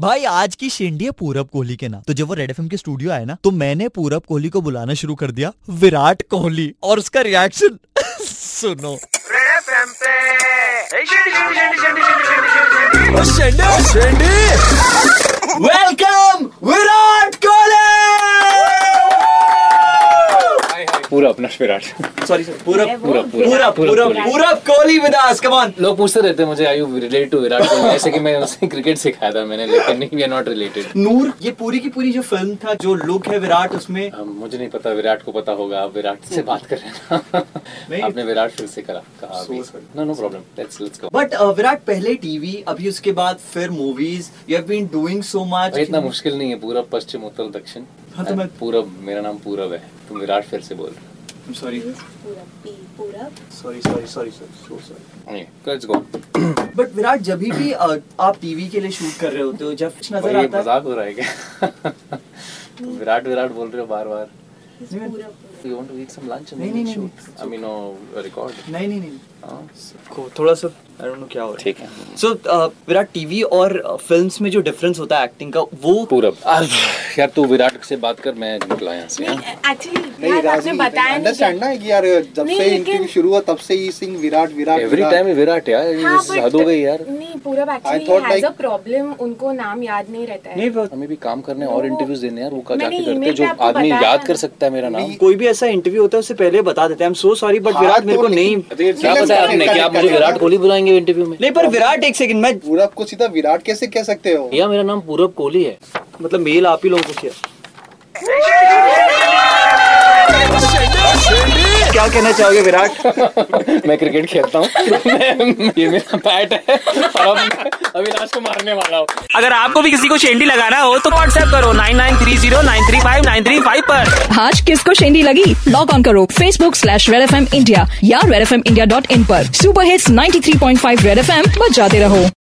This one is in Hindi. भाई आज की शेंडी है पूरब कोहली के नाम तो जब वो रेड एफ के स्टूडियो आए ना तो मैंने पूरब कोहली को बुलाना शुरू कर दिया विराट कोहली और उसका रिएक्शन सुनो वेलकम विराट कोहली पूरा अपना विराट सॉरी सर पूरब पूरा पूरा Purab Purab Purab Kohli with us come on लोग पूछते रहते हैं मुझे I you relate to Virat Kohli जैसे कि मैं उसे क्रिकेट सिखाया था मैंने लेकिन नहीं वी आर नॉट रिलेटेड नूर ये पूरी की पूरी जो फिल्म था जो लुक है विराट उसमें मुझे नहीं पता विराट को पता होगा आप विराट से बात कर रहे हैं नहीं। ना आपने विराट फिर से करा कहा no no problem let's let's go but uh, Virat पहले टीवी अभी उसके बाद फिर movies you have been doing so much इतना मुश्किल नहीं है पूरब पश्चिम उत्तर दक्षिण अच्छा, हाँ, तो मैं- पूरब मेरा नाम पूरब है तुम विराट फिर से बोल रहे हो सॉरी पूरा पी पूरा sorry sorry sorry so sorry let's go but Virat जब भी uh, आप टीवी के लिए शूट कर रहे होते हो जब कुछ नजर ये आता है मजाक हो रहा है क्या तुम विराट विराट बोल रहे हो बार बार नहीं, पूरा you want to eat some lunch नहीं, नहीं, नहीं, आई मीन रिकॉर्ड नहीं नहीं नहीं हां को थोड़ा सा आई डोंट नो क्या हो रहा ठीक है है सो विराट टीवी और फिल्म्स में जो डिफरेंस होता है एक्टिंग का वो पूरब आज यार तू विराट से बात कर मैं निकला यहाँ से हाँ? नहीं एक्चुअली यार आपने बताया अंडरस्टैंड नहीं ना कि यार जब नहीं, से इंटरव्यू लेकिन- शुरू हुआ तब से ही सिंह विराट विराट एवरी टाइम ही विराट यार ये हाँ, but- हद हो गई यार नहीं पूरा I actually thought has a like- problem उनको नाम याद नहीं रहता है नहीं पर हमें भी काम करने और वो- इंटरव्यूज देने हैं यार वो का मैंने जाके करते हैं, email जो पे आपको आदमी बताया याद था। कर सकता है मेरा नाम कोई भी ऐसा इंटरव्यू होता है उससे पहले बता देते हैं I am so sorry but हाँ, विराट मेरे तो को लेकिन- नहीं अरे, क्या लेकिन- बताया आपने लेकिन- क्या आप मुझे विराट कोहली बुलाएंगे इंटरव्यू में नहीं पर विराट एक सेकंड मैं पूरा आपको सीधा विराट कैसे कह सकते हो या मेरा नाम पूरब कोहली है मतलब मेल आप ही लोगों को किया क्या कहना चाहोगे विराट मैं क्रिकेट खेलता हूँ मैं- ये मेरा बैट है और अब अविनाश को मारने वाला हूँ अगर आपको भी किसी को शेंडी लगाना हो तो व्हाट्सएप करो 9930935935 पर आज किसको शेंडी लगी लॉग ऑन करो Facebook slash red F M India या red F M India dot in पर super hits 93.5 red F M बजाते रहो